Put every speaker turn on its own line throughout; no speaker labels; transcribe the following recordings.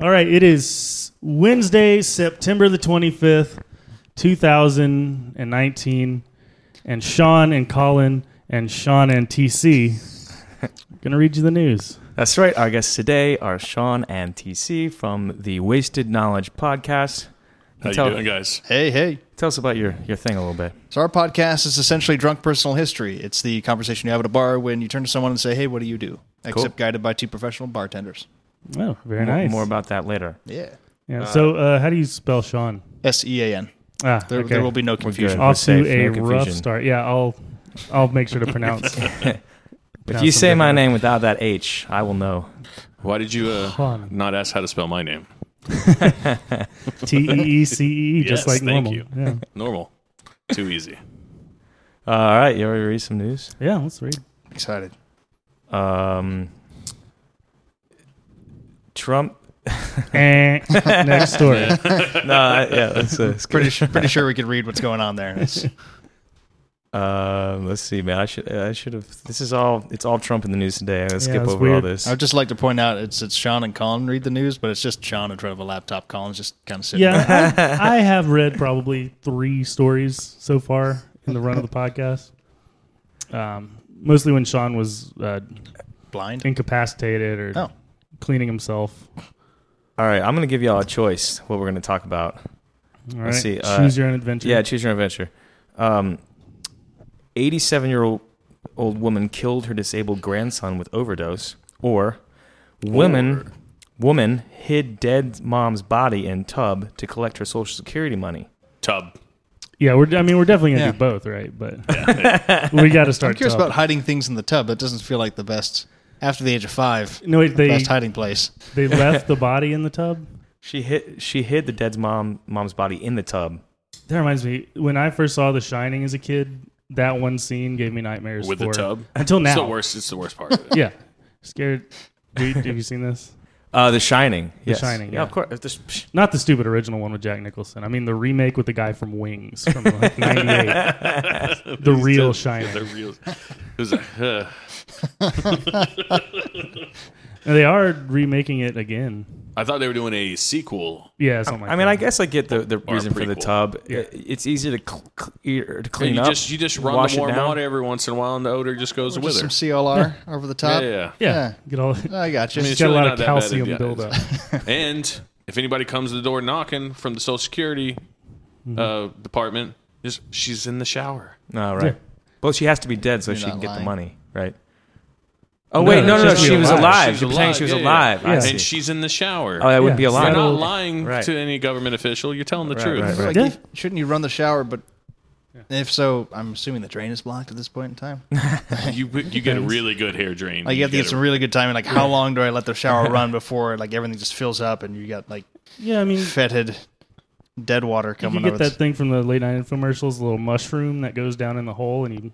All right, it is Wednesday, September the 25th, 2019. And Sean and Colin and Sean and TC going to read you the news.
That's right. Our guests today are Sean and TC from the Wasted Knowledge podcast.
How you
Tell-
doing, guys?
Hey, hey.
Tell us about your, your thing a little bit.
So our podcast is essentially drunk personal history. It's the conversation you have at a bar when you turn to someone and say, "Hey, what do you do?" Except guided by two professional bartenders.
Oh, very
More-
nice.
More about that later.
Yeah.
yeah. So, uh, how do you spell Sean?
S E A N.
Ah,
There,
okay.
there will be no
We're
confusion.
good.
Off to
safe,
a
no
rough
confusion.
start. Yeah, I'll I'll make sure to pronounce.
If
Now
you
some
say my
different-
name without that H, I will know.
Why did you uh,
Fun.
not ask how to spell my name?
T E E C E E, just
Yes,
like
thank
normal.
you.
Yeah.
Normal. Too easy.
all right, you already read some news?
yeah, let's read.
Excited.
Um, Trump.
Eh, Next story.
No, I- yeah, that's, that's good.
Pretty sure, pretty sure we could read what's going on there. It's-
Um, let's see, man. I should I should have. This is all. It's all Trump in the news today. I'm gonna skip
it's
over all
weird.
this.
I would just like to point out it's it's Sean and Colin read the news, but it's just Sean in front of a laptop. Colin's just kind of sitting. there.
Yeah, I, I have read probably three stories so far in the run of the podcast. Um, mostly when Sean was uh,
blind.
incapacitated or
Oh,
cleaning himself.
All right, I'm gonna give y'all a choice. What we're gonna talk about.
All right,
Let's see, uh,
choose your own adventure.
Yeah, choose your own adventure. Um, 87 year old old woman killed her disabled grandson with overdose, or women woman hid dead mom's body in tub to collect her social security money.
Tub.
yeah. We're, I mean, we're definitely gonna
Yeah.
do both, right? But we got to
I'm
start.
curious
tough.
about hiding things in the tub. That doesn't feel like the best. After the age of five,
no, wait, they
best hiding place.
they left the body in the tub.
She hid she hid the dead mom mom's body in the tub.
That reminds me, when I first saw The Shining as a kid, that one scene gave me nightmares.
With the
for-
tub?
until now.
It's the worst. It's the worst part. Of it.
Yeah, scared. Dude, have you seen this?
Uh, The Shining. The
Shining,
Yeah,
yeah.
of course. The sh-
Not the stupid original one with Jack Nicholson. I mean the remake with the guy from Wings from like '98. the real Shining.
The real. It was like, uh,
And they are remaking it again.
I thought they were doing a sequel.
Yeah, something like
I mean,
that.
I guess I get the, the
Or a
reason for the
prequel.
tub.
Yeah.
It- It's easy to cl- cl- to clean
You
up.
just you just run
wash it
the warm
down.
water every once in a while, and the odor just goes
Just
with
some
it.
CLR over
Yeah,
the top.
yeah.
yeah,
yeah.
get all.
I got you.
mean,
It's
it's
got a
really
lot
not
of
that bad if
calcium
you-
buildup.
yeah. And if anybody comes to the door knocking from the Social Security uh, department, just she's in the shower.
No, Oh, right.
Yeah.
Well, she has to be dead so
You're
she
not
can get the
lying.
money, right? Oh wait,
no,
no, no, no,
she's
she was
alive.
alive.
She's
You're pretending she was
yeah, yeah.
alive. I
Yeah.
see.
And she's in the shower.
oh, that wouldn't be
Yeah.
alive.
You're not
Settled.
lying
Right.
to any government official. You're telling the
Right,
truth.
right, right.
Like,
Yeah.
if- shouldn't you run the shower? But if so, I'm assuming the drain is blocked at this point in time.
You you get a really good hair drain.
Like you have to get
a-
some really good timing. Like how long do I let the shower run before like everything just fills up and you got like
Yeah, I mean, you
fetid dead water
can
coming
get
over.
that
the
thing from the late night infomercials, a little mushroom that goes down in the hole and you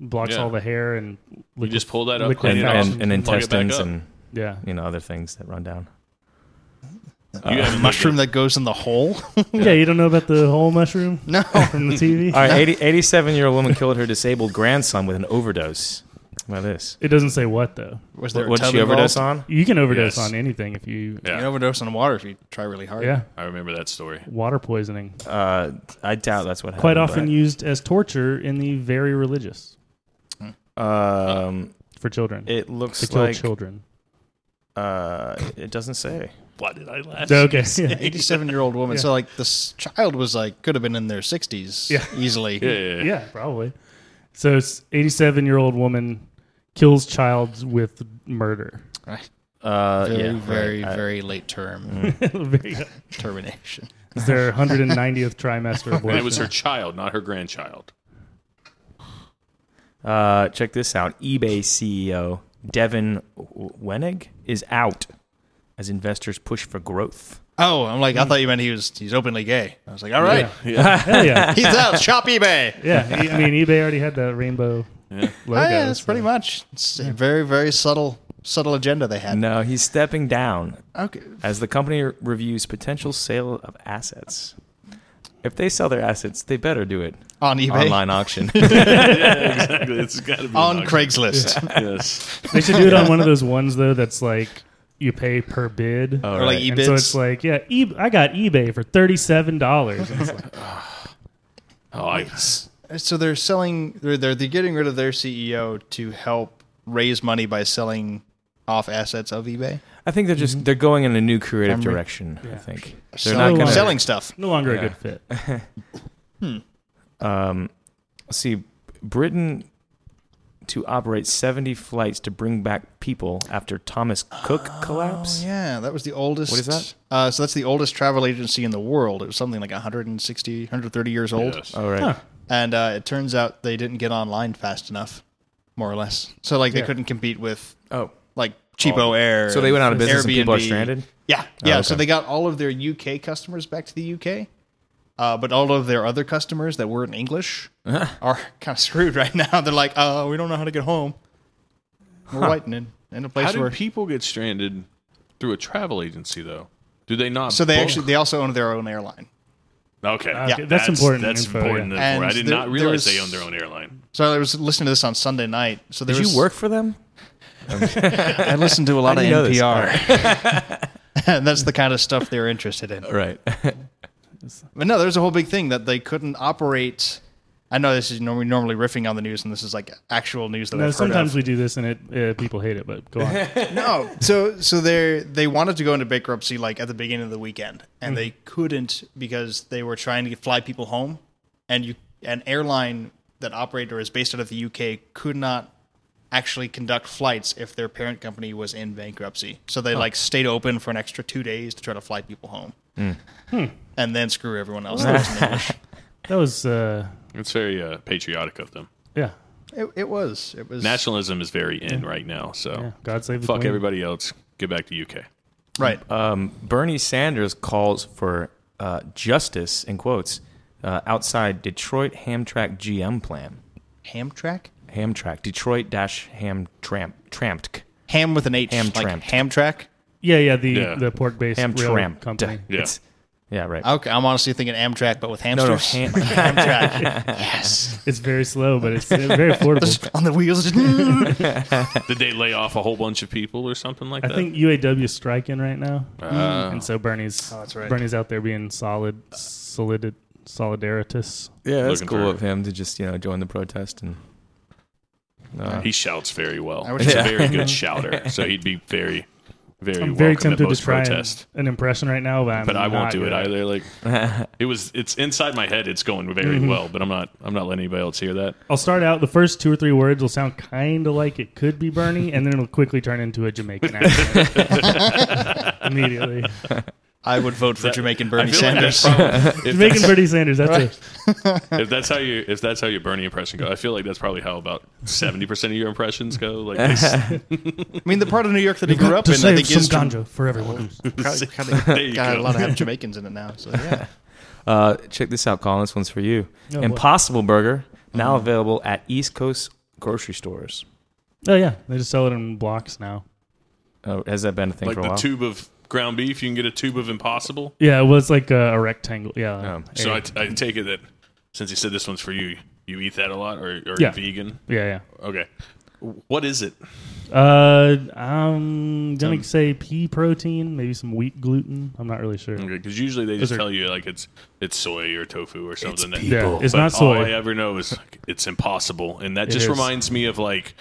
blocks
Yeah.
all the hair and.
You just pull that up,
Liquid
clean
and,
it
fashion.
off.
and, and
plug it back
intestines
up.
and
Yeah,
you know other things that run down.
You have
mushroom that goes in the hole.
yeah. You don't know about the whole mushroom? No, from the TV.
All right, 80, 87 year old woman killed her disabled grandson with an overdose. How about this?
It doesn't say what though.
Was
What
there a
what did
tub
she overdose
involved?
on?
You can overdose
Yes.
on anything if you.
Yeah.
You can overdose on water if you try really hard.
yeah.
I remember that story.
water poisoning.
Uh, I doubt that's what
Quite
happened.
often used as torture in the very religious
but, Um,
for children
it
to
looks
kill
like
children.
uh, it doesn't say.
Why did I laugh?
Okay, yeah.
87 year old woman. So like this child was like could have been in their 60s
Yeah.
easily.
Yeah, yeah, yeah.
yeah, probably. So, it's 87 year old woman kills child with murder.
Right.
Uh,
Very
yeah, right.
very
I- Mm.
very late term
it's
termination.
their 190th trimester abortion.
And it was her child, not her grandchild.
Uh, check this out. eBay CEO Devin Wenig is out as investors push for growth.
Oh, I'm like I thought you meant he was he's openly gay. I was like, all right,
Hell Oh, yeah.
he's out. Shop eBay.
Yeah. I mean, eBay already had that rainbow logo.
Oh, yeah, that's
so-
pretty much. It's a very, very subtle, subtle agenda they had.
No, he's stepping down
Okay,
as the company re- reviews potential sale of assets. If they sell their assets, they better do it
on eBay,
online auction.
It's got to be
on
an auction.
Craigslist.
Yes.
They should do it on one of those ones, though, that's like you pay per bid.
Oh,
Or like
right.
and so
eBids.
it's like, yeah, e- I got eBay for thirty-seven dollars.
Oh, I,
So they're selling. They're, they're they're getting rid of their CEO to help raise money by selling off assets of eBay.
I think they're just they're going in a new creative
re-
direction. I think they're
selling,
not going to
selling stuff.
no longer
Yeah.
a good fit.
um, let's see Britain to operate 70 flights to bring back people after Thomas Cook collapse.
Oh, Yeah, that was the oldest.
What is that?
Uh, so that's the oldest travel agency in the world. It was something like 160, 130 years old. uh,
yes.
All right.
Huh.
And uh, it turns out they didn't get online fast enough, more or less. So like they couldn't compete with
Oh,
like cheapo air.
so they went out of business and people are
Airbnb.
stranded. Oh,
Yeah, yeah. So
okay.
they got all of their UK customers back to the UK, uh, but all of their other customers that weren't English
Uh-huh.
are kind of screwed right now. They're like, uh, we don't know how to get home. We're waiting in, in a
How
place
do
where.
people get stranded through a travel agency though? Do they not?
so they
book?
actually they also own their own airline.
okay.
Yeah, that's important
That's
info,
important.
yeah.
info. I
And
did
there-
not realize
there's-
they own their own airline.
So I was listening to this on Sunday night. So there
Did
was-
you work for them?
I listened to a lot
I
of
didn't know this.
NPR, and that's the kind of stuff they're interested in.
Right.
But no, there's a whole big thing that they couldn't operate. I know this is normally normally riffing on the news, and this is like actual news that
No,
I've heard of.
sometimes we do this and it uh, people hate it, but go on.
No, so so they they wanted to go into bankruptcy like at the beginning of the weekend, and they couldn't because they were trying to fly people home, and you an airline that operator is based out of the UK could not actually conduct flights if their parent company was in bankruptcy. So they like stayed open for an extra two days to try to fly people home, and then screw everyone else. that was in English.
That was uh,
It's very uh, patriotic of them.
yeah,
It, it was it was
Nationalism is very in right now. So
yeah. God save the
Oh. fuck
Queen.
everybody else. Get back to UK.
right.
Bernie Sanders calls for uh, justice in quotes uh, outside Detroit Hamtrak GM plan.
ham track,
Hamtrak Detroit dash Ham Tramp Tramped.
ham with an H,
Ham
like
tramped.
ham track.
Yeah, yeah, the
Yeah.
the pork based
Ham Tramp
company.
Yeah.
It's, yeah, right.
Okay, I'm honestly thinking Amtrak, but with
no,
hamsters.
no, ham,
Amtrak. yes.
It's very slow, but it's uh, very affordable.
On the wheels.
Did they lay off a whole bunch of people or something like
I
that?
think UAW is striking right now,
Ah.
and so Bernie's
that's right.
Bernie's out there being solid, solid, solidaritus.
Yeah, that's
Looking
cool
for-
of him to just you know join the protest and. Uh,
he shouts very well.
I wish-
He's
Yeah.
a very good shouter, so he'd be very, very.
I'm very
welcome at
tempted to
most
try an,
protest.
an impression right now, but, I'm
but I won't
not
do it
good.
either. Like it was, it's inside my head. It's going very
Mm-hmm.
well, but I'm not. I'm not letting anybody else hear that.
I'll start out. The first two or three words will sound kind of like it could be Bernie, and then it'll quickly turn into a Jamaican accent immediately.
I would vote for Jamaican
I
Bernie
feel like that's
Sanders.
probably- if,
Jamaican
that's,
Bernie Sanders. That's it.
if that's how you, if that's how your Bernie impression goes, I feel like that's probably how about seventy percent of your impressions go. Like this,
I mean, the part of New York that he grew up in, I think, is Jam-
for everyone.
there you
got a
go.
lot of have Jamaicans in it now. So yeah,
uh, check this out, Colin. This one's for you.
Oh, boy.
Impossible Burger now available at East Coast grocery stores.
oh yeah, they just sell it in blocks now.
Oh, has that been a thing
like
for a
the
while?
tube of ground beef. You can get a tube of Impossible.
Yeah, well, it's like a, a rectangle. Yeah.
Um,
Oh, So
yeah.
I, I take it that since you said this one's for you, you eat that a lot, or, or
Yeah.
vegan.
yeah,
Okay, what is it?
yeah. Uh, um, I'm gonna say pea protein, maybe some wheat gluten. I'm not really sure.
Because usually they just
are-
tell you like it's it's soy or tofu or something. that,
Yeah, it's
but
not
All I
soy.
ever know is like, it's impossible, and that just
is.
reminds me of like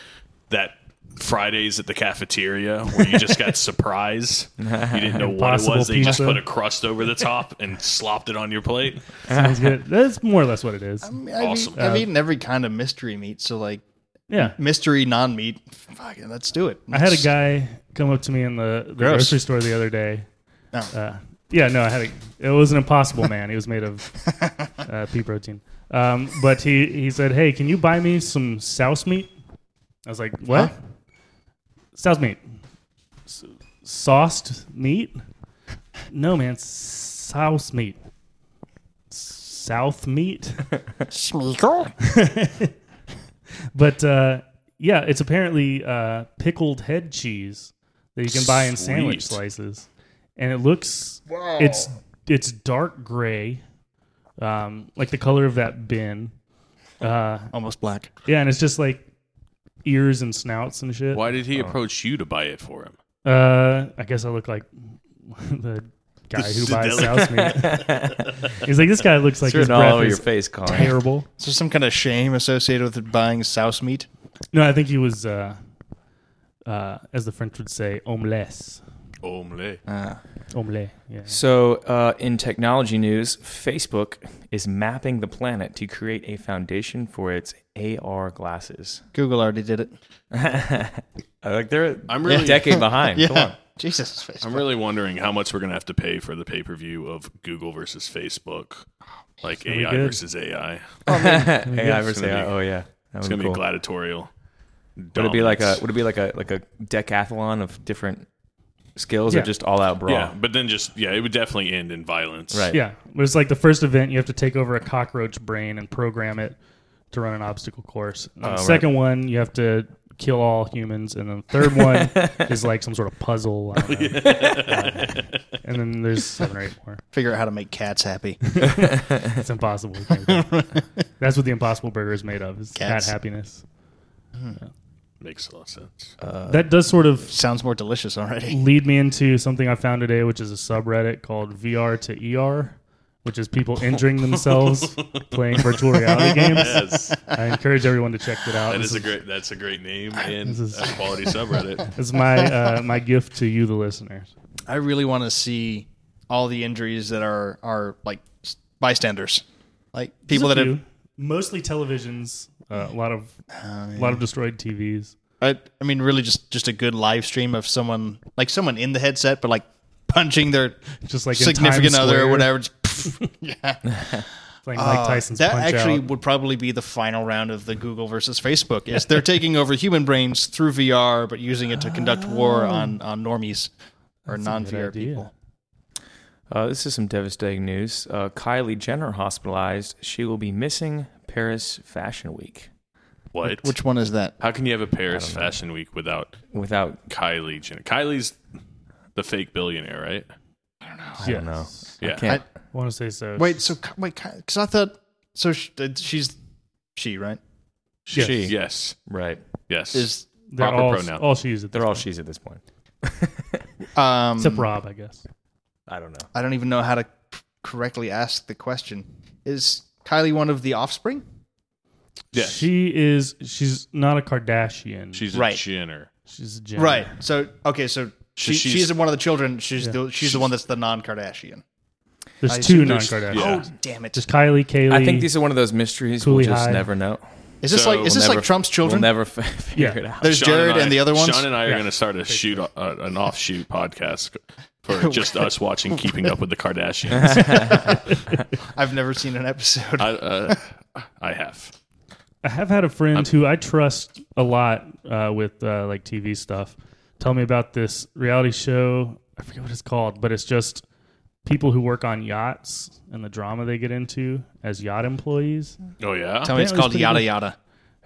that Fridays at the cafeteria where you just got surprise. You didn't know what it
Impossible
was. They just
pizza.
put a crust over the top and slopped it on your plate.
Sounds good. That's more or less what it is.
I've,
Awesome.
eat- I've eaten every kind of mystery meat. So like
Yeah.
mystery non-meat. Fuck, it, let's do it.
I had a
Let's-
guy come up to me in the, the
Gross.
grocery store the other day.
No.
Uh, yeah, no, I had a, it was an impossible man. He was made of uh, pea protein. Um, but he, he said, Hey, can you buy me some souse meat? I was like, What?
Huh?
Souse meat. S- sauced meat? No, man, souse meat. South meat? But uh, yeah, it's apparently uh, pickled head cheese that you can buy in sandwich
Sweet.
slices, and it looks it's it's dark gray, um, like the color of that bin. Uh,
almost black.
yeah, and it's just like ears and snouts and shit.
Uh. Why did he approach you to buy it for him?
Uh, I guess I look like the guy who buys souse meat. He's like, this guy looks like
Throw
his
it all
breath
over your
is
face, Colin.
terrible.
Is there some kind of shame associated with buying souse meat?
No, I think he was, uh, uh, as the French would say, omelette.
Omelette.
Omelette. Yeah.
So, uh, in technology news, Facebook is mapping the planet to create a foundation for its AR glasses.
Google already did it.
Like they're
I'm
a
really,
decade behind. Come on.
Jesus.
I'm really wondering how much we're gonna have to pay for the pay per view of Google versus Facebook, like
gonna be
AI
good.
versus AI.
AI
it's
versus
gonna
AI.
be-
Oh yeah, that
It's
would be
gonna be
cool.
gladiatorial.
Would it be like a
dominance.
Would it be like a like a decathlon of different skills
Yeah.
or just all out brawl?
yeah? But then just yeah, it would definitely end in violence.
Right.
Yeah, but it's like the first event. You have to take over a cockroach brain and program it to run an obstacle course. And the
right.
second one, you have to kill all humans, and then the third one is like some sort of puzzle. I don't know. Uh, and then there's seven or eight more.
figure out how to make cats happy.
It's impossible. to think of. That's what the Impossible Burger is made of: is cat
Cats.
happiness.
Makes a lot of sense.
that does sort of
Sounds more delicious already.
lead me into something I found today, which is a subreddit called VR to ER, which is people injuring themselves playing virtual reality games.
Yes, that
I encourage everyone to check it out. This
is a great. That's a great name and
is-
a quality subreddit.
It's my uh, my gift to you, the listeners.
I really want to see all the injuries that are are like s- bystanders, like people that have.
mostly televisions, uh, a lot of a lot of destroyed TVs.
I, I mean, really, just just a good live stream of someone like someone in the headset, but like punching their
Just like in
significant
Times
other
Square,
or whatever. Just, pff,
like Mike Tyson's
Uh, that
punch
actually
out.
would probably be the final round of the Google versus Facebook. Is they're taking over human brains through VR, but using it to conduct
Oh.
war on on normies or non VR
idea.
people.
Uh, this is some devastating news. Uh, Kylie Jenner hospitalized. She will be missing Paris Fashion Week
What?
Which one is that?
How can you have a Paris Fashion Week without
without.
Kylie Jenner? Kylie's the fake billionaire, right?
I don't
know.
Yeah.
Can't,
want to say so.
Wait, so Ki- wait, because I thought so. sh- that She's she, right?
Yes.
she.
Yes.
Right.
Yes.
Is
they're
proper
all
pronoun.
all she is at this
They're all
point.
she's at this point.
um,
except Rob, I guess.
I don't know.
I don't even know how to correctly ask the question. Is Kylie one of the offspring?
yes.
She is. She's not a Kardashian.
she's a
Right.
Jenner.
she's a Jenner.
Right. So okay, so she,
she's-
she's, one of the children. She's the she's, the one that's the non-Kardashian.
There's
I
two
assume there's-
non-Kardashians.
Yeah.
Oh damn it!
There's Kylie, Kaylee.
I think these are one of those mysteries
Cooley
we'll just
Hyde.
never know.
Is this
So
like is this
never-
like Trump's children?
We'll never f- figure
Yeah.
it out.
There's Jared and,
I-
the other ones.
Sean and I
Yeah.
are going to start a shoot, uh, an offshoot podcast for just us watching Keeping Up with the Kardashians.
I've never seen an episode.
I, uh, I have.
I have had a friend who I trust a lot uh, with uh, like TV stuff. Tell me about this reality show. I forget what it's called, but it's just people who work on yachts and the drama they get into as yacht employees.
Oh yeah.
Tell me,
Apparently
it's
it's
called
pretty
Yada
good.
Yada.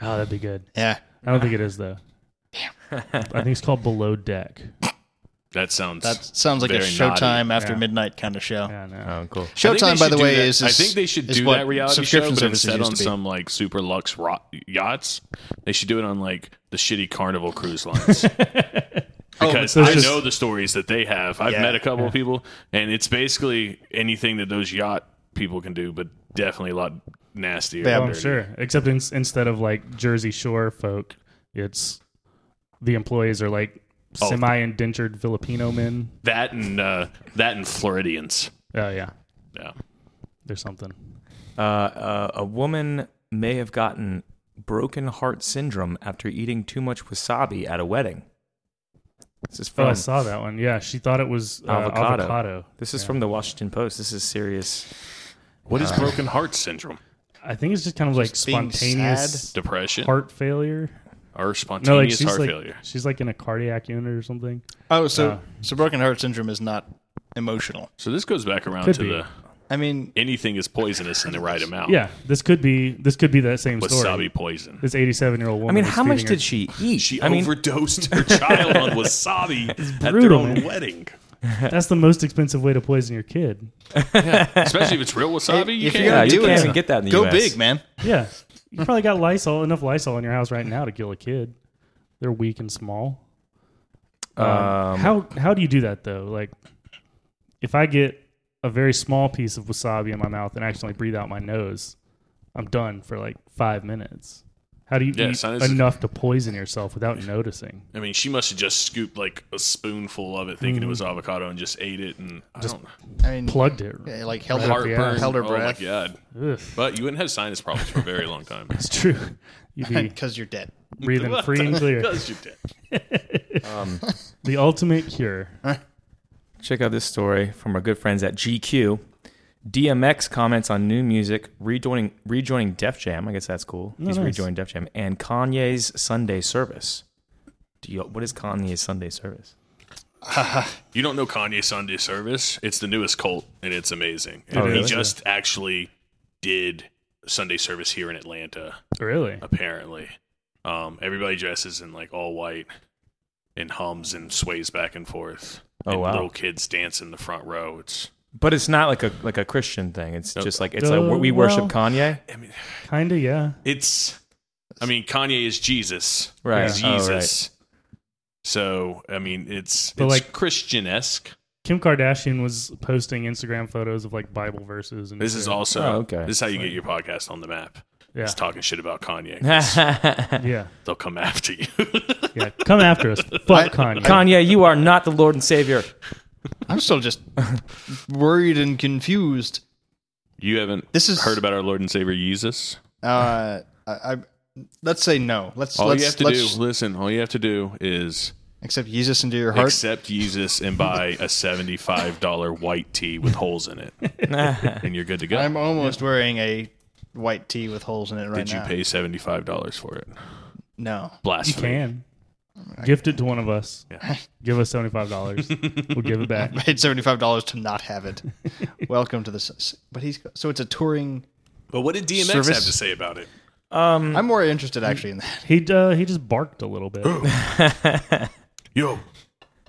Oh, that'd be good.
Yeah.
I don't think it is though. Damn. I think it's called Below Deck.
that sounds.
That sounds like a
Very naughty.
Showtime after
Yeah.
midnight kind of show.
Yeah, no.
Oh, cool.
I think they
Showtime, by
should
the
do
way,
that-
is,
I
is-
think they should
is
do
what
that reality show,
subscription
but
services
instead
used
on
to be.
some like super luxe ro- yachts, they should do it on like the shitty Carnival cruise lines. Because
Oh, so it's
I
just-
know the stories that they have. I've
Yeah.
met a couple of people, and it's basically anything that those yacht people can do, but definitely a lot nastier.
Yeah,
and
Oh, I'm
dirtier.
sure. Except in, instead of like Jersey Shore folk, it's the employees are like
Oh.
semi indentured Filipino men.
That and uh, that and Floridians.
Oh yeah,
Yeah.
there's something.
Uh, uh, a woman may have gotten broken heart syndrome after eating too much wasabi at a wedding. This is
Oh,
from
I saw that one. Yeah, she thought it was uh,
avocado.
avocado.
This is from the Washington Post. This is serious.
What
Uh,
is broken heart syndrome?
I think it's just kind of like
being
spontaneous
Depression
heart failure.
or
No, like
spontaneous
she's
heart
like
failure?
she's like in a cardiac unit or something.
Oh, so
Uh,
so broken heart syndrome is not emotional.
So this goes back around
Could
to
be.
the
I mean,
anything is poisonous in the right amount.
Yeah, this could be this could be that same
Wasabi
story.
poison.
This 87 year old woman.
I mean,
was
how much
feeding her-
did she eat?
She
I mean,
overdosed her child on wasabi at their
brutal,
own
man.
wedding.
That's the most expensive way to poison your kid.
Especially if it's real wasabi, you
if
can't.
you're
yeah,
gonna
you
do it,
can't even
man.
get that in the
go
US.
big, man.
Yeah, you probably got Lysol enough Lysol in your house right now to kill a kid. They're weak and small.
Um,
how how do you do that though? Like, if I get a very small piece of wasabi in my mouth and accidentally breathe out my nose, I'm done for like five minutes. How do you
Yeah,
eat
so it's-
enough to poison yourself without noticing?
I mean, she must have just scooped like a spoonful of it, thinking it was avocado, and just ate it. And I don't
I mean,
Plugged Mm. it.
yeah, like held her,
Heartburn.
heartburn.
held her
Oh my
breath
god!
Ugh,
But you wouldn't have sinus problems for a very long time.
it's true. You'd be
because you're dead.
breathing free and clear.
Because you're dead.
The ultimate cure.
Check out this story from our good friends at GQ. DMX comments on new music, rejoining rejoining Def Jam. I guess that's cool.
nice.
He's rejoined Def Jam and Kanye's Sunday service. Do you, what is Kanye's Sunday service?
You don't know Kanye Sunday Service? It's the newest cult, and it's amazing. And
Oh, really?
He just actually did Sunday Service here in Atlanta,
Really?
Uh, apparently. Um, everybody dresses in like all white and hums and sways back and forth.
Oh,
and
wow.
Little kids dance in the front row. It's
But it's not like a like a Christian thing. It's just like it's
Uh,
like we worship
well-
Kanye.
Kinda, yeah.
it's. I mean, Kanye is Jesus.
Right.
He's
Oh, right.
Jesus. So I mean, it's
But,
it's
like-
Christian esque.
Kim Kardashian was posting Instagram photos of like Bible verses and
This is
shit.
also
Oh, okay.
this is how you get your podcast on the map.
Yeah.
It's talking shit about Kanye.
Yeah.
They'll come after you.
Yeah. Come after us. Fuck Kanye.
Kanye, you are not the Lord and Savior.
I'm still just worried and confused.
you haven't
This is-
heard about our Lord and Savior Jesus.
Uh, I, I let's say no. Let's
All
let's,
you have to
let's
do, listen, all you have to do is
accept Jesus into your heart.
accept Jesus and buy a seventy-five dollar white tee with holes in it, and you're good to go.
I'm almost wearing a white tee with holes in it right
Did you
now.
pay seventy-five dollars for it?
No.
You
Blasphemy!
can. Gift it to one of us. Give us seventy five dollars. we'll give it back.
Paid seventy five dollars to not have it. Welcome to this. But he's so it's a touring.
But what did DMX
Service?
have to say about it?
I'm more interested actually in that.
He uh, he just barked a little bit.
Yo,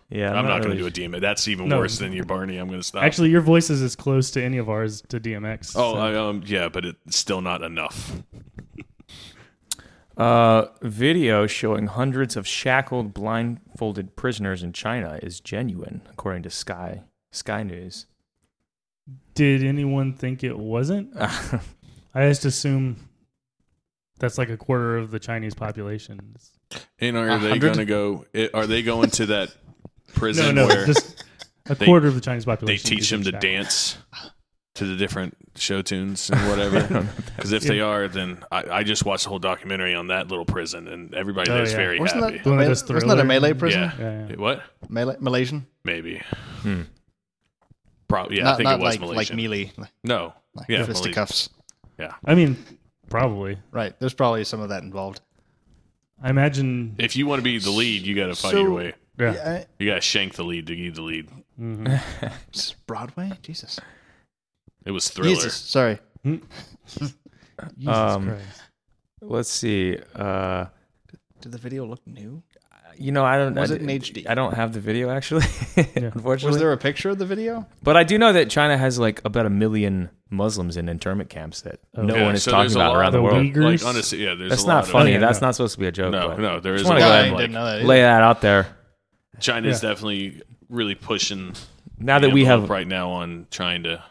Yeah,
I'm not
really
going to do a DMX. That's even
No.
worse than your Barney. I'm going to stop.
Actually, your voice is as close to any of ours to DMX.
oh, I, um, yeah, but it's still not enough.
Uh, video showing hundreds of shackled, blindfolded prisoners in China is genuine, according to Sky Sky News.
did anyone think it wasn't? I just assume that's like a quarter of the Chinese population.
And are
A
they
hundred?
going to go? i- Are they going to that
No,
prison
no,
where
just a quarter of the Chinese
they
population.
teach
is
them
in
to
China.
dance to the different show tunes and whatever? Because if they are, then I, I just watched the whole documentary on that little prison, and everybody
Oh,
there's
yeah.
very
Wasn't
happy.
that,
One of
Mal-
those
wasn't that a
thriller-
Malay prison?
yeah.
Yeah, yeah.
It- What?
Malay, Malaysian?
Maybe. Probably. Yeah,
Hmm. not
I think
not
it was
like
Malaysian.
like melee, like
no. Yeah, Malaysian.
fisticuffs.
Yeah.
I mean, probably.
Right. There's probably some of that involved.
I imagine.
If you want to be the lead, you got to fight
So-
your way.
Yeah. Mm-hmm.
Yeah.
You got to shank the lead to be the lead.
It's Broadway? Jesus.
It was Thriller.
Jesus. Sorry.
Jesus
Um,
Christ.
Let's see. Uh,
Did the video look new?
you know, I don't.
Was
I,
it in HD?
I don't have the video actually, unfortunately.
Was there a picture of the video?
but I do know that China has like about a million Muslims in internment camps that no
Oh. Yeah,
one is
so
talking
there's a
about
lot
around the
of-
world.
The Uyghurs?
Like, honestly, yeah, there's
That's
a lot
not
of-
funny.
yeah,
That's
no.
not supposed to be a joke.
No,
but
no, there
just
is
wanna
a
go
lot
ahead
of,
and,
I didn't
like-
know that.
Lay that out there.
China is
Yeah.
definitely really pushing
Now that we
envelope
have
right now on trying to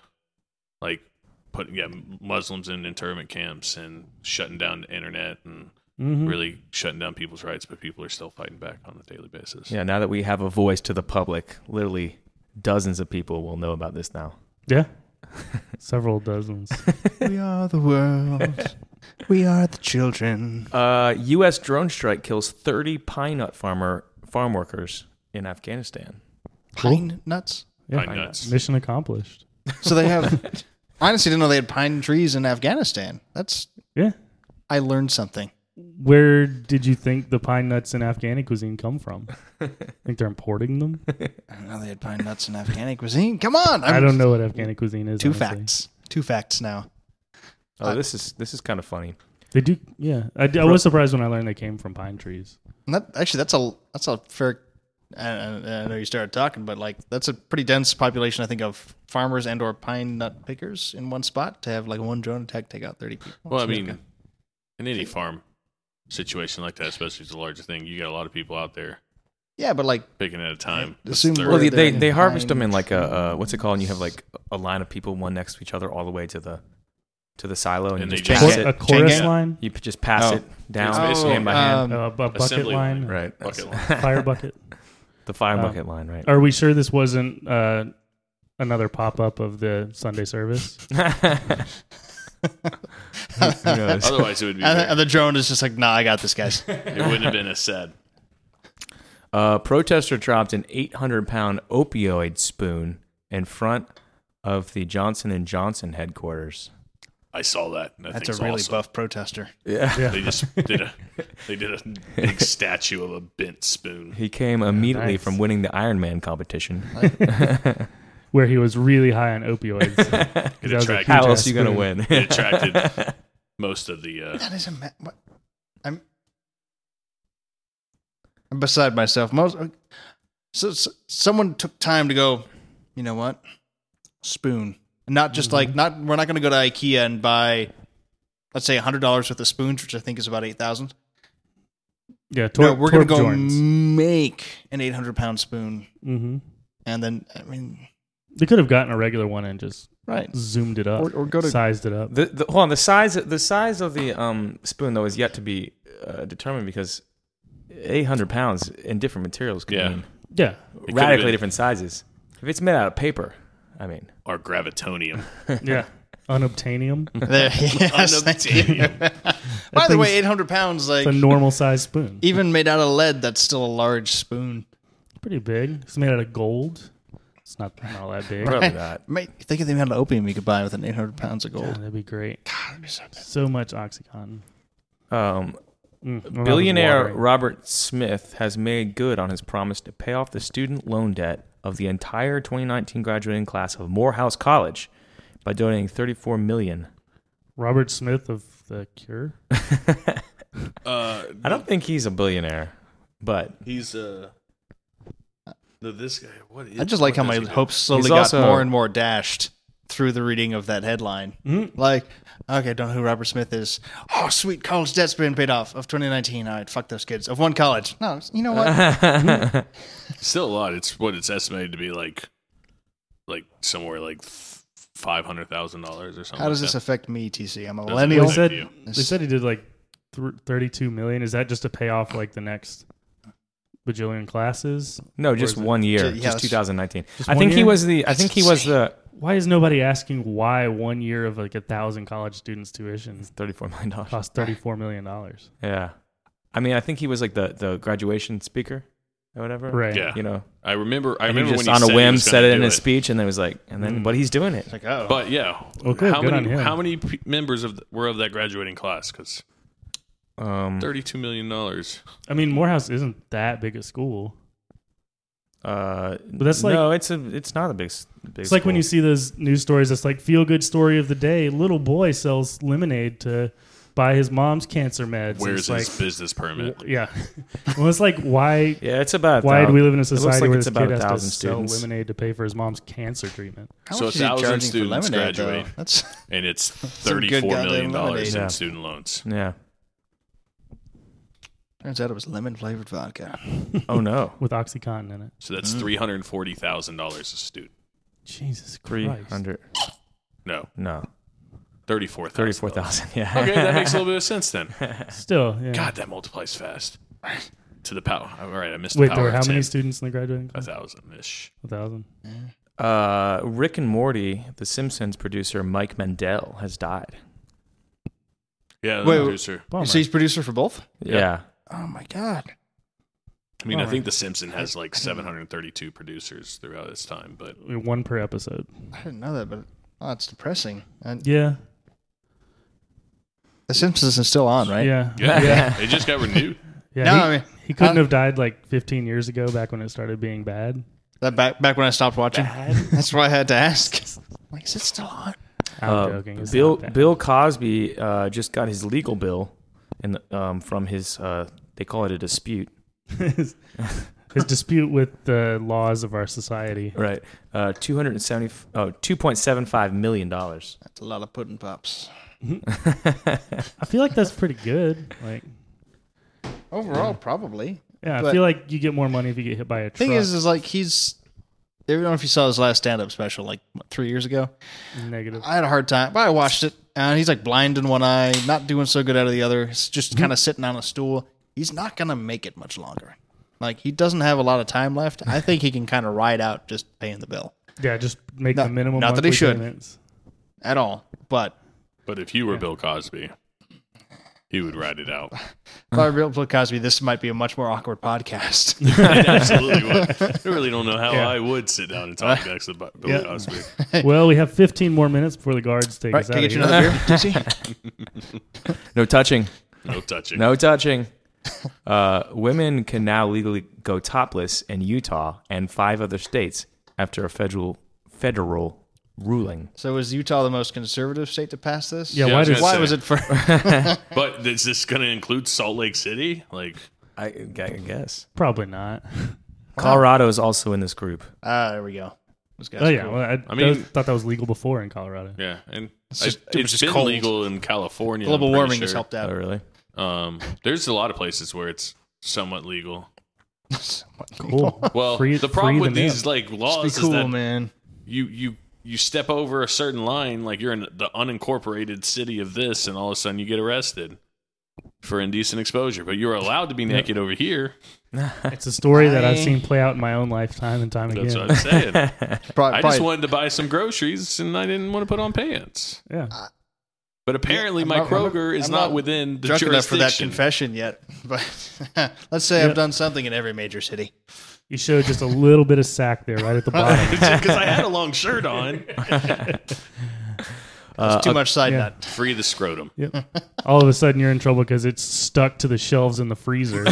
like put yeah Muslims in internment camps and shutting down the internet and
Mm-hmm.
really shutting down people's rights, but people are still fighting back on a daily basis.
Yeah, now that we have a voice to the public, literally dozens of people will know about this now.
Yeah. Several dozens.
We are the world. we are the children.
Uh, U.S. drone strike kills 30 pine nut farmer farm workers in Afghanistan.
Pine nuts?
Yeah.
Pine nuts.
Mission accomplished.
So they have. I honestly didn't know they had pine trees in Afghanistan. That's.
Yeah.
I learned something.
Where did you think the pine nuts in Afghani cuisine come from? think they're importing them?
I didn't know they had pine nuts in Afghani cuisine. Come on. I'm
I don't know what Afghani cuisine is.
Two
honestly.
facts. Two facts now.
Oh, this is this is kind of funny.
They do. Yeah, I, d- I was surprised when I learned they came from pine trees.
And that actually, that's a that's a fair. I, I- I know you started talking, but like that's a pretty dense population. I think of farmers and or pine nut pickers in one spot to have like one drone attack take out thirty people.
Well, I
It's
mean,
okay.
in any farm situation like that, especially if it's a larger thing, you got a lot of people out there
Yeah, but like
picking at a time. That's
assume
third.
Well, they
Where
they,
they're
they harvest them in
behind
like a uh, what's it called? And you have like a line of people, one next to each other, all the way to the to the silo, and,
And
you
they
just
just-
pass
Cor- a
it.
chorus
Chain gang?
line, Uh,
You p- just pass Oh. it down
It's basically-
hand by hand.
a, bu- bucket
assembly
line,
line.
right,
Bucket
that's-
fire bucket.
the fire
Uh,
bucket line, right?
Are we sure this wasn't uh, another pop up of the Sunday service?
Who knows?
Otherwise, it would be.
and,
very-
and the drone is just like, nah, I got this, guys.
it wouldn't have been as sad.
A Uh, protester dropped an 800-pound opioid spoon in front of the Johnson and Johnson headquarters.
I saw that. and I
That's a
think's
really
awesome.
buff protester.
They just did a they did a big statue of a bent spoon.
He came immediately
Nice.
from winning the Ironman competition.
Where he was really high on opioids. 'Cause that was a
attracted-
huge
How
ass
else are you gonna
spoon.
win?
It attracted most of the. Uh,
That is a ma- what? I'm I'm beside myself. Most uh, so, so someone took time to go. You know what? Spoon. Not just like not. We're not going to go to IKEA and buy, let's say, hundred dollars worth of spoons, which I think is about eight thousand.
Yeah, tor-
No, we're going to go
Jorns.
make an eight hundred pound spoon,
Mm-hmm.
hmm
and then I mean,
They could have gotten a regular one and just
right?
zoomed it up,
Or- or go to-
sized it up.
The, the hold on the size the size of the um spoon though is yet to be uh, determined because 800 pounds in different materials could
Yeah.
mean
Yeah,
could've
radically
been-
different sizes. If it's made out of paper, I mean,
our gravitonium.
yeah, unobtainium. It's
There, yes, thank you. By the
thing's-
way, eight hundred pounds, like
a normal sized spoon.
even made out of lead, that's still a large spoon.
Pretty big. It's made out of gold. It's not, not all that big.
probably not.
Mate, think of the amount of opium you could buy with an 800 pounds of
Yeah,
gold.
that'd be great. so much OxyContin.
Um,
Mm, I'm not
billionaire
watering.
Robert Smith has made good on his promise to pay off the student loan debt of the entire 2019 graduating class of Morehouse College by donating 34 million.
Robert Smith of the Cure.
Uh,
I don't think he's a billionaire, but
he's uh. No, this guy. What is?
I just like
what
how
does
my
he do?
hopes slowly
He's
got
also-
more and more dashed through the reading of that headline.
Hmm?
Like, okay, don't know who Robert Smith is. Oh, sweet, college debt's been paid off of 2019. All right, fuck those kids. Of one college. No, you know what?
Still a lot. It's what it's estimated to be like, like somewhere like five hundred thousand dollars or something.
How does
like
this
that.
affect me, TC? I'm a
Doesn't
They
millennial.
Thank
said
you.
they said he did like th- thirty-two million. Is that just to pay off like the next bajillion classes?
No,
Or
just
is it-
one year,
Ju- yeah,
just
that's-
2019.
Just
I
one
think he
year?
was the. I think he was the
Why is nobody asking why one year of like a thousand college students' tuition
34 million dollars.
costs thirty-four million dollars?
Yeah, I mean, I think he was like the the graduation speaker or whatever.
Right.
Yeah.
You know,
I remember. I
and he
remember
just
when
on
he
a
said he
whim
was gonna
said it
do
in his speech, and then it was like, and
Hmm.
then but he's doing it.
Like, oh.
But yeah,
Well, good.
how
Good
many
on him.
how many p- members of the, were of that graduating class? Because
Hmm.
Um.
thirty two million dollars.
I mean, Morehouse isn't that big a school.
Uh.
But that's like-
no, it's a it's not a big. s- big
It's like when you
school.
see those news stories. It's like feel good story of the day. Little boy sells lemonade to buy his mom's cancer meds.
Where's
it's like,
his business permit?
Yeah. well, it's like why
Yeah, it's about.
Why do we live in
it
a
looks
society
like
where
it's
this
about
kid
a
has to
thousand
sell
students.
lemonade to pay for his mom's cancer treatment?
How
So a
much is he
thousand
charging for
students
lemonade, though?
graduate.
That's
And it's
good
thirty four million
goddamn lemonade.
dollars in
Yeah.
student loans.
Yeah.
turns out it was lemon flavored vodka.
Oh no.
With OxyContin in it.
So that's
Mm.
three hundred forty thousand dollars a student.
Jesus
Three
Christ.
hundred.
No,
No.
thirty four.
Thirty four thousand. Yeah.
Okay, that makes a little bit of sense then.
Still, yeah.
God, that multiplies fast. To the power. All right, I missed. The
Wait,
power
there were
of
how
10.
many students in the graduating
A
class?
thousand ish.
A thousand.
Uh, Rick and Morty, The Simpsons producer Mike Mandel has died.
Yeah, the
Wait, wait.
producer.
Bummer.
So he's producer for both?
Yeah.
Oh, my God.
I mean, I think The Simpson has like 732 producers throughout its time, but
One per episode.
I didn't know that, but oh, it's depressing. And
Yeah.
The Simpsons is still on, right?
Yeah.
yeah, it just got renewed.
Yeah,
No,
he,
I mean,
he couldn't
uh,
have died like 15 years ago, back when it started being bad.
That back back when I stopped watching. That's why I had to ask. Like, is it still on?
I'm
Uh,
joking. It's
Bill
not bad.
Bill Cosby uh, just got his legal bill, and um, from his uh, they call it a dispute,
his, his dispute with the laws of our society.
right? Uh, two hundred and seventy, oh, two point seven five million dollars.
That's a lot of pudding pops.
I feel like that's pretty good. Like,
Overall, probably.
Yeah, I
But-
feel like you get more money if you get hit by a truck.
Thing is, is like he's. I don't know if you saw his last stand-up special, like what, three years ago.
negative.
I had a hard time, but I watched it. And he's like blind in one eye, not doing so good out of the other. He's just kind of sitting on a stool. He's not gonna make it much longer. Like he doesn't have a lot of time left. I think he can kind of ride out just paying the bill
yeah, just make
Not-
the minimum.
not that he
monthly
should.
Payments.
at all. But
But if you were Bill Cosby, he would ride it out.
if I were Bill Cosby, this might be a much more awkward podcast.
It absolutely would. I really don't know how I would sit down and talk next to Bu- Bill
Yeah.
Cosby.
well, we have 15 more minutes before the guards take
Right,
us
can
out.
I
Of
get you
here.
another beer? Dixie?
No touching.
No touching.
No touching. Uh, women can now legally go topless in Utah and five other states after a federal federal ruling.
So is Utah the most conservative state to pass this?
Yeah,
Yeah, I
why
was
does
gonna
Why
say.
was it for?
But is this going to include Salt Lake City? Like,
I, I guess
probably not?
Colorado is also in this group.
Ah, there we go. This guy's
Oh yeah,
cool.
well, I,
I mean-
those- thought that was legal before in Colorado.
yeah, and
It's just-
I,
it was
it's
just
been
cold.
legal in California. I'm
Global
pretty
warming has
sure.
helped
Oh,
out.
really?
Um, there's a lot of places where it's somewhat legal.
Cool.
Well,
Free-
the
free
problem with
the nip.
these like
Be
laws
cool,
is that
man.
you you you step over a certain line, like you're in the unincorporated city of this, and all of a sudden you get arrested for indecent exposure. But you're allowed to be naked over here.
it's a story that I've
I-
seen play out in my own life time and time
That's
again.
what I'm saying.
Probably,
I just wanted to buy some groceries, and I didn't want to put on pants.
Yeah,
But apparently,
I'm
my
not-
Kroger
I'm
is
not
not, within the
drunk
jurisdiction.
enough for that confession yet, but let's say
Yeah.
I've done something in every major city.
you showed just a little bit of sack there, right at the bottom.
because I had a long shirt on. Uh,
It's too much side
yeah.
nut.
Free the scrotum.
Yep. All of a sudden, you're in trouble because it's stuck to the shelves in the freezer.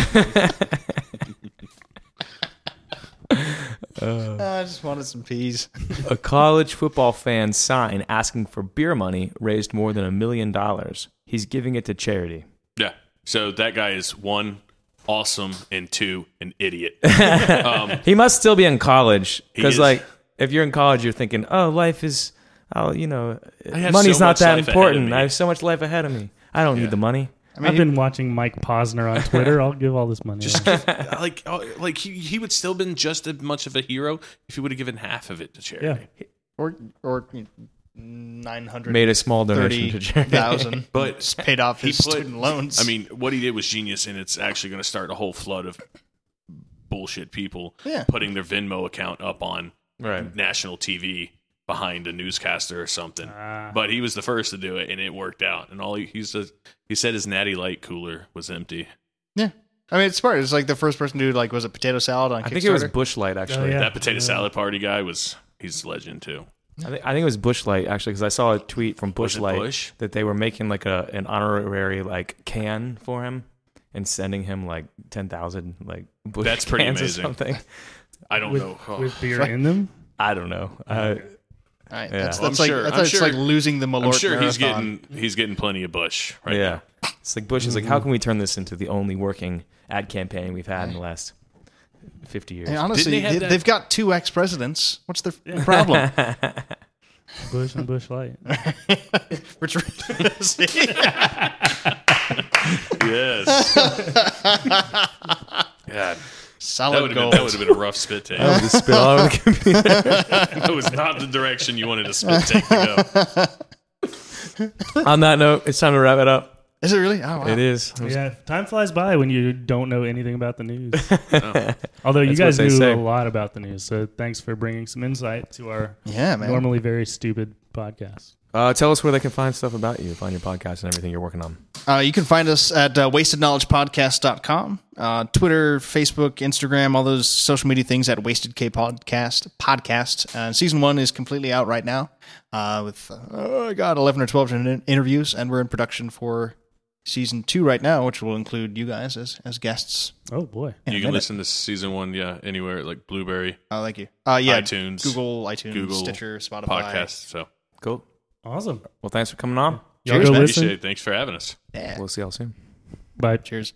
Ah, I just wanted some peas.
A college football fan sign asking for beer money raised more than a million dollars. He's giving it to charity.
Yeah. So that guy is one awesome and two an idiot.
He must still be in college because,
is.
like, if you're in college, you're thinking, "Oh, life is, oh, you know,
have
money's
so
not
much
that
life ahead of
important.
me."
I have so much life ahead of me. I don't need the money."
I've been watching Mike Posner on Twitter. I'll give all this money. away.
like oh, like he, he would still been just as much of a hero if he would have given half of it to charity.
yeah,
Or or nine hundred
Made a small donation
thirty
to charity.
thousand,
But
It's paid off
he
his
put-
student loans.
I mean, what he did was genius, and it's actually going to start a whole flood of bullshit people
Yeah.
putting their Venmo account up on
Right.
national TV behind a newscaster or something.
Ah.
but he was the first to do it, and it worked out. And all he he's just, he said his Natty Light cooler was empty.
yeah. I mean, it's smart. It's like the first person to do like was a potato salad on
I
Kickstarter.
think it was Bushlight actually.
yeah.
That potato salad party guy was he's a legend too.
I, think, I think it was Bushlight actually because I saw a tweet from
it
Bushlight
Bush?
that they were making like a an honorary like can for him and sending him like ten thousand like Bush
That's pretty
cans or
amazing.
something.
I don't
with,
know. Oh.
with beer in them.
I don't know. Uh, I,
All right, that's,
Well,
that's
I'm
like
sure-
that's
I'm
like- it's like
sure-
losing the Malort
I'm sure he's
Marathon.
getting he's getting plenty of Bush right
yeah. It's like Bush is like, how can we turn this into the only working ad campaign we've had in the last fifty years?
Hey, honestly,
Didn't they have
they
that-
have got two ex presidents. What's their problem?
Bush and Bush Light.
Richard.
now. Yes. God, that
Solid
would have
gold.
been, that would've been a rough spit take.
Oh, the spill out of the computer.
that was not the direction you wanted a spit take to go.
On that note, it's time to wrap it up.
Is it really? Oh, wow.
It is. I'm
Yeah, time flies by when you don't know anything about the news. Although you
That's
guys
what they
knew
say.
a lot about the news, so thanks for bringing some insight to our
Yeah, man.
normally very stupid podcast.
Uh, tell us where they can find stuff about you, find your podcast and everything you're working on.
Uh, you can find us at uh, wastedknowledgepodcast.com, uh, Twitter, Facebook, Instagram, all those social media things at Wasted K Podcast. Podcast. Uh, season one is completely out right now uh, with, uh, oh, I got 11 or 12 in- interviews, and we're in production for season two right now, which will include you guys as, as guests.
Oh boy,
You
in a minute.
can listen to season one, yeah, anywhere like Blueberry,
Oh, thank you. Uh, yeah,
iTunes,
Google, iTunes,
Google
Stitcher, Spotify.
podcast. So
Cool.
awesome!
Well, thanks for coming on.
Y'all
Cheers,
go
man.
listen.
appreciate it. Thanks for having us.
Yeah.
We'll see y'all soon.
Bye.
Cheers.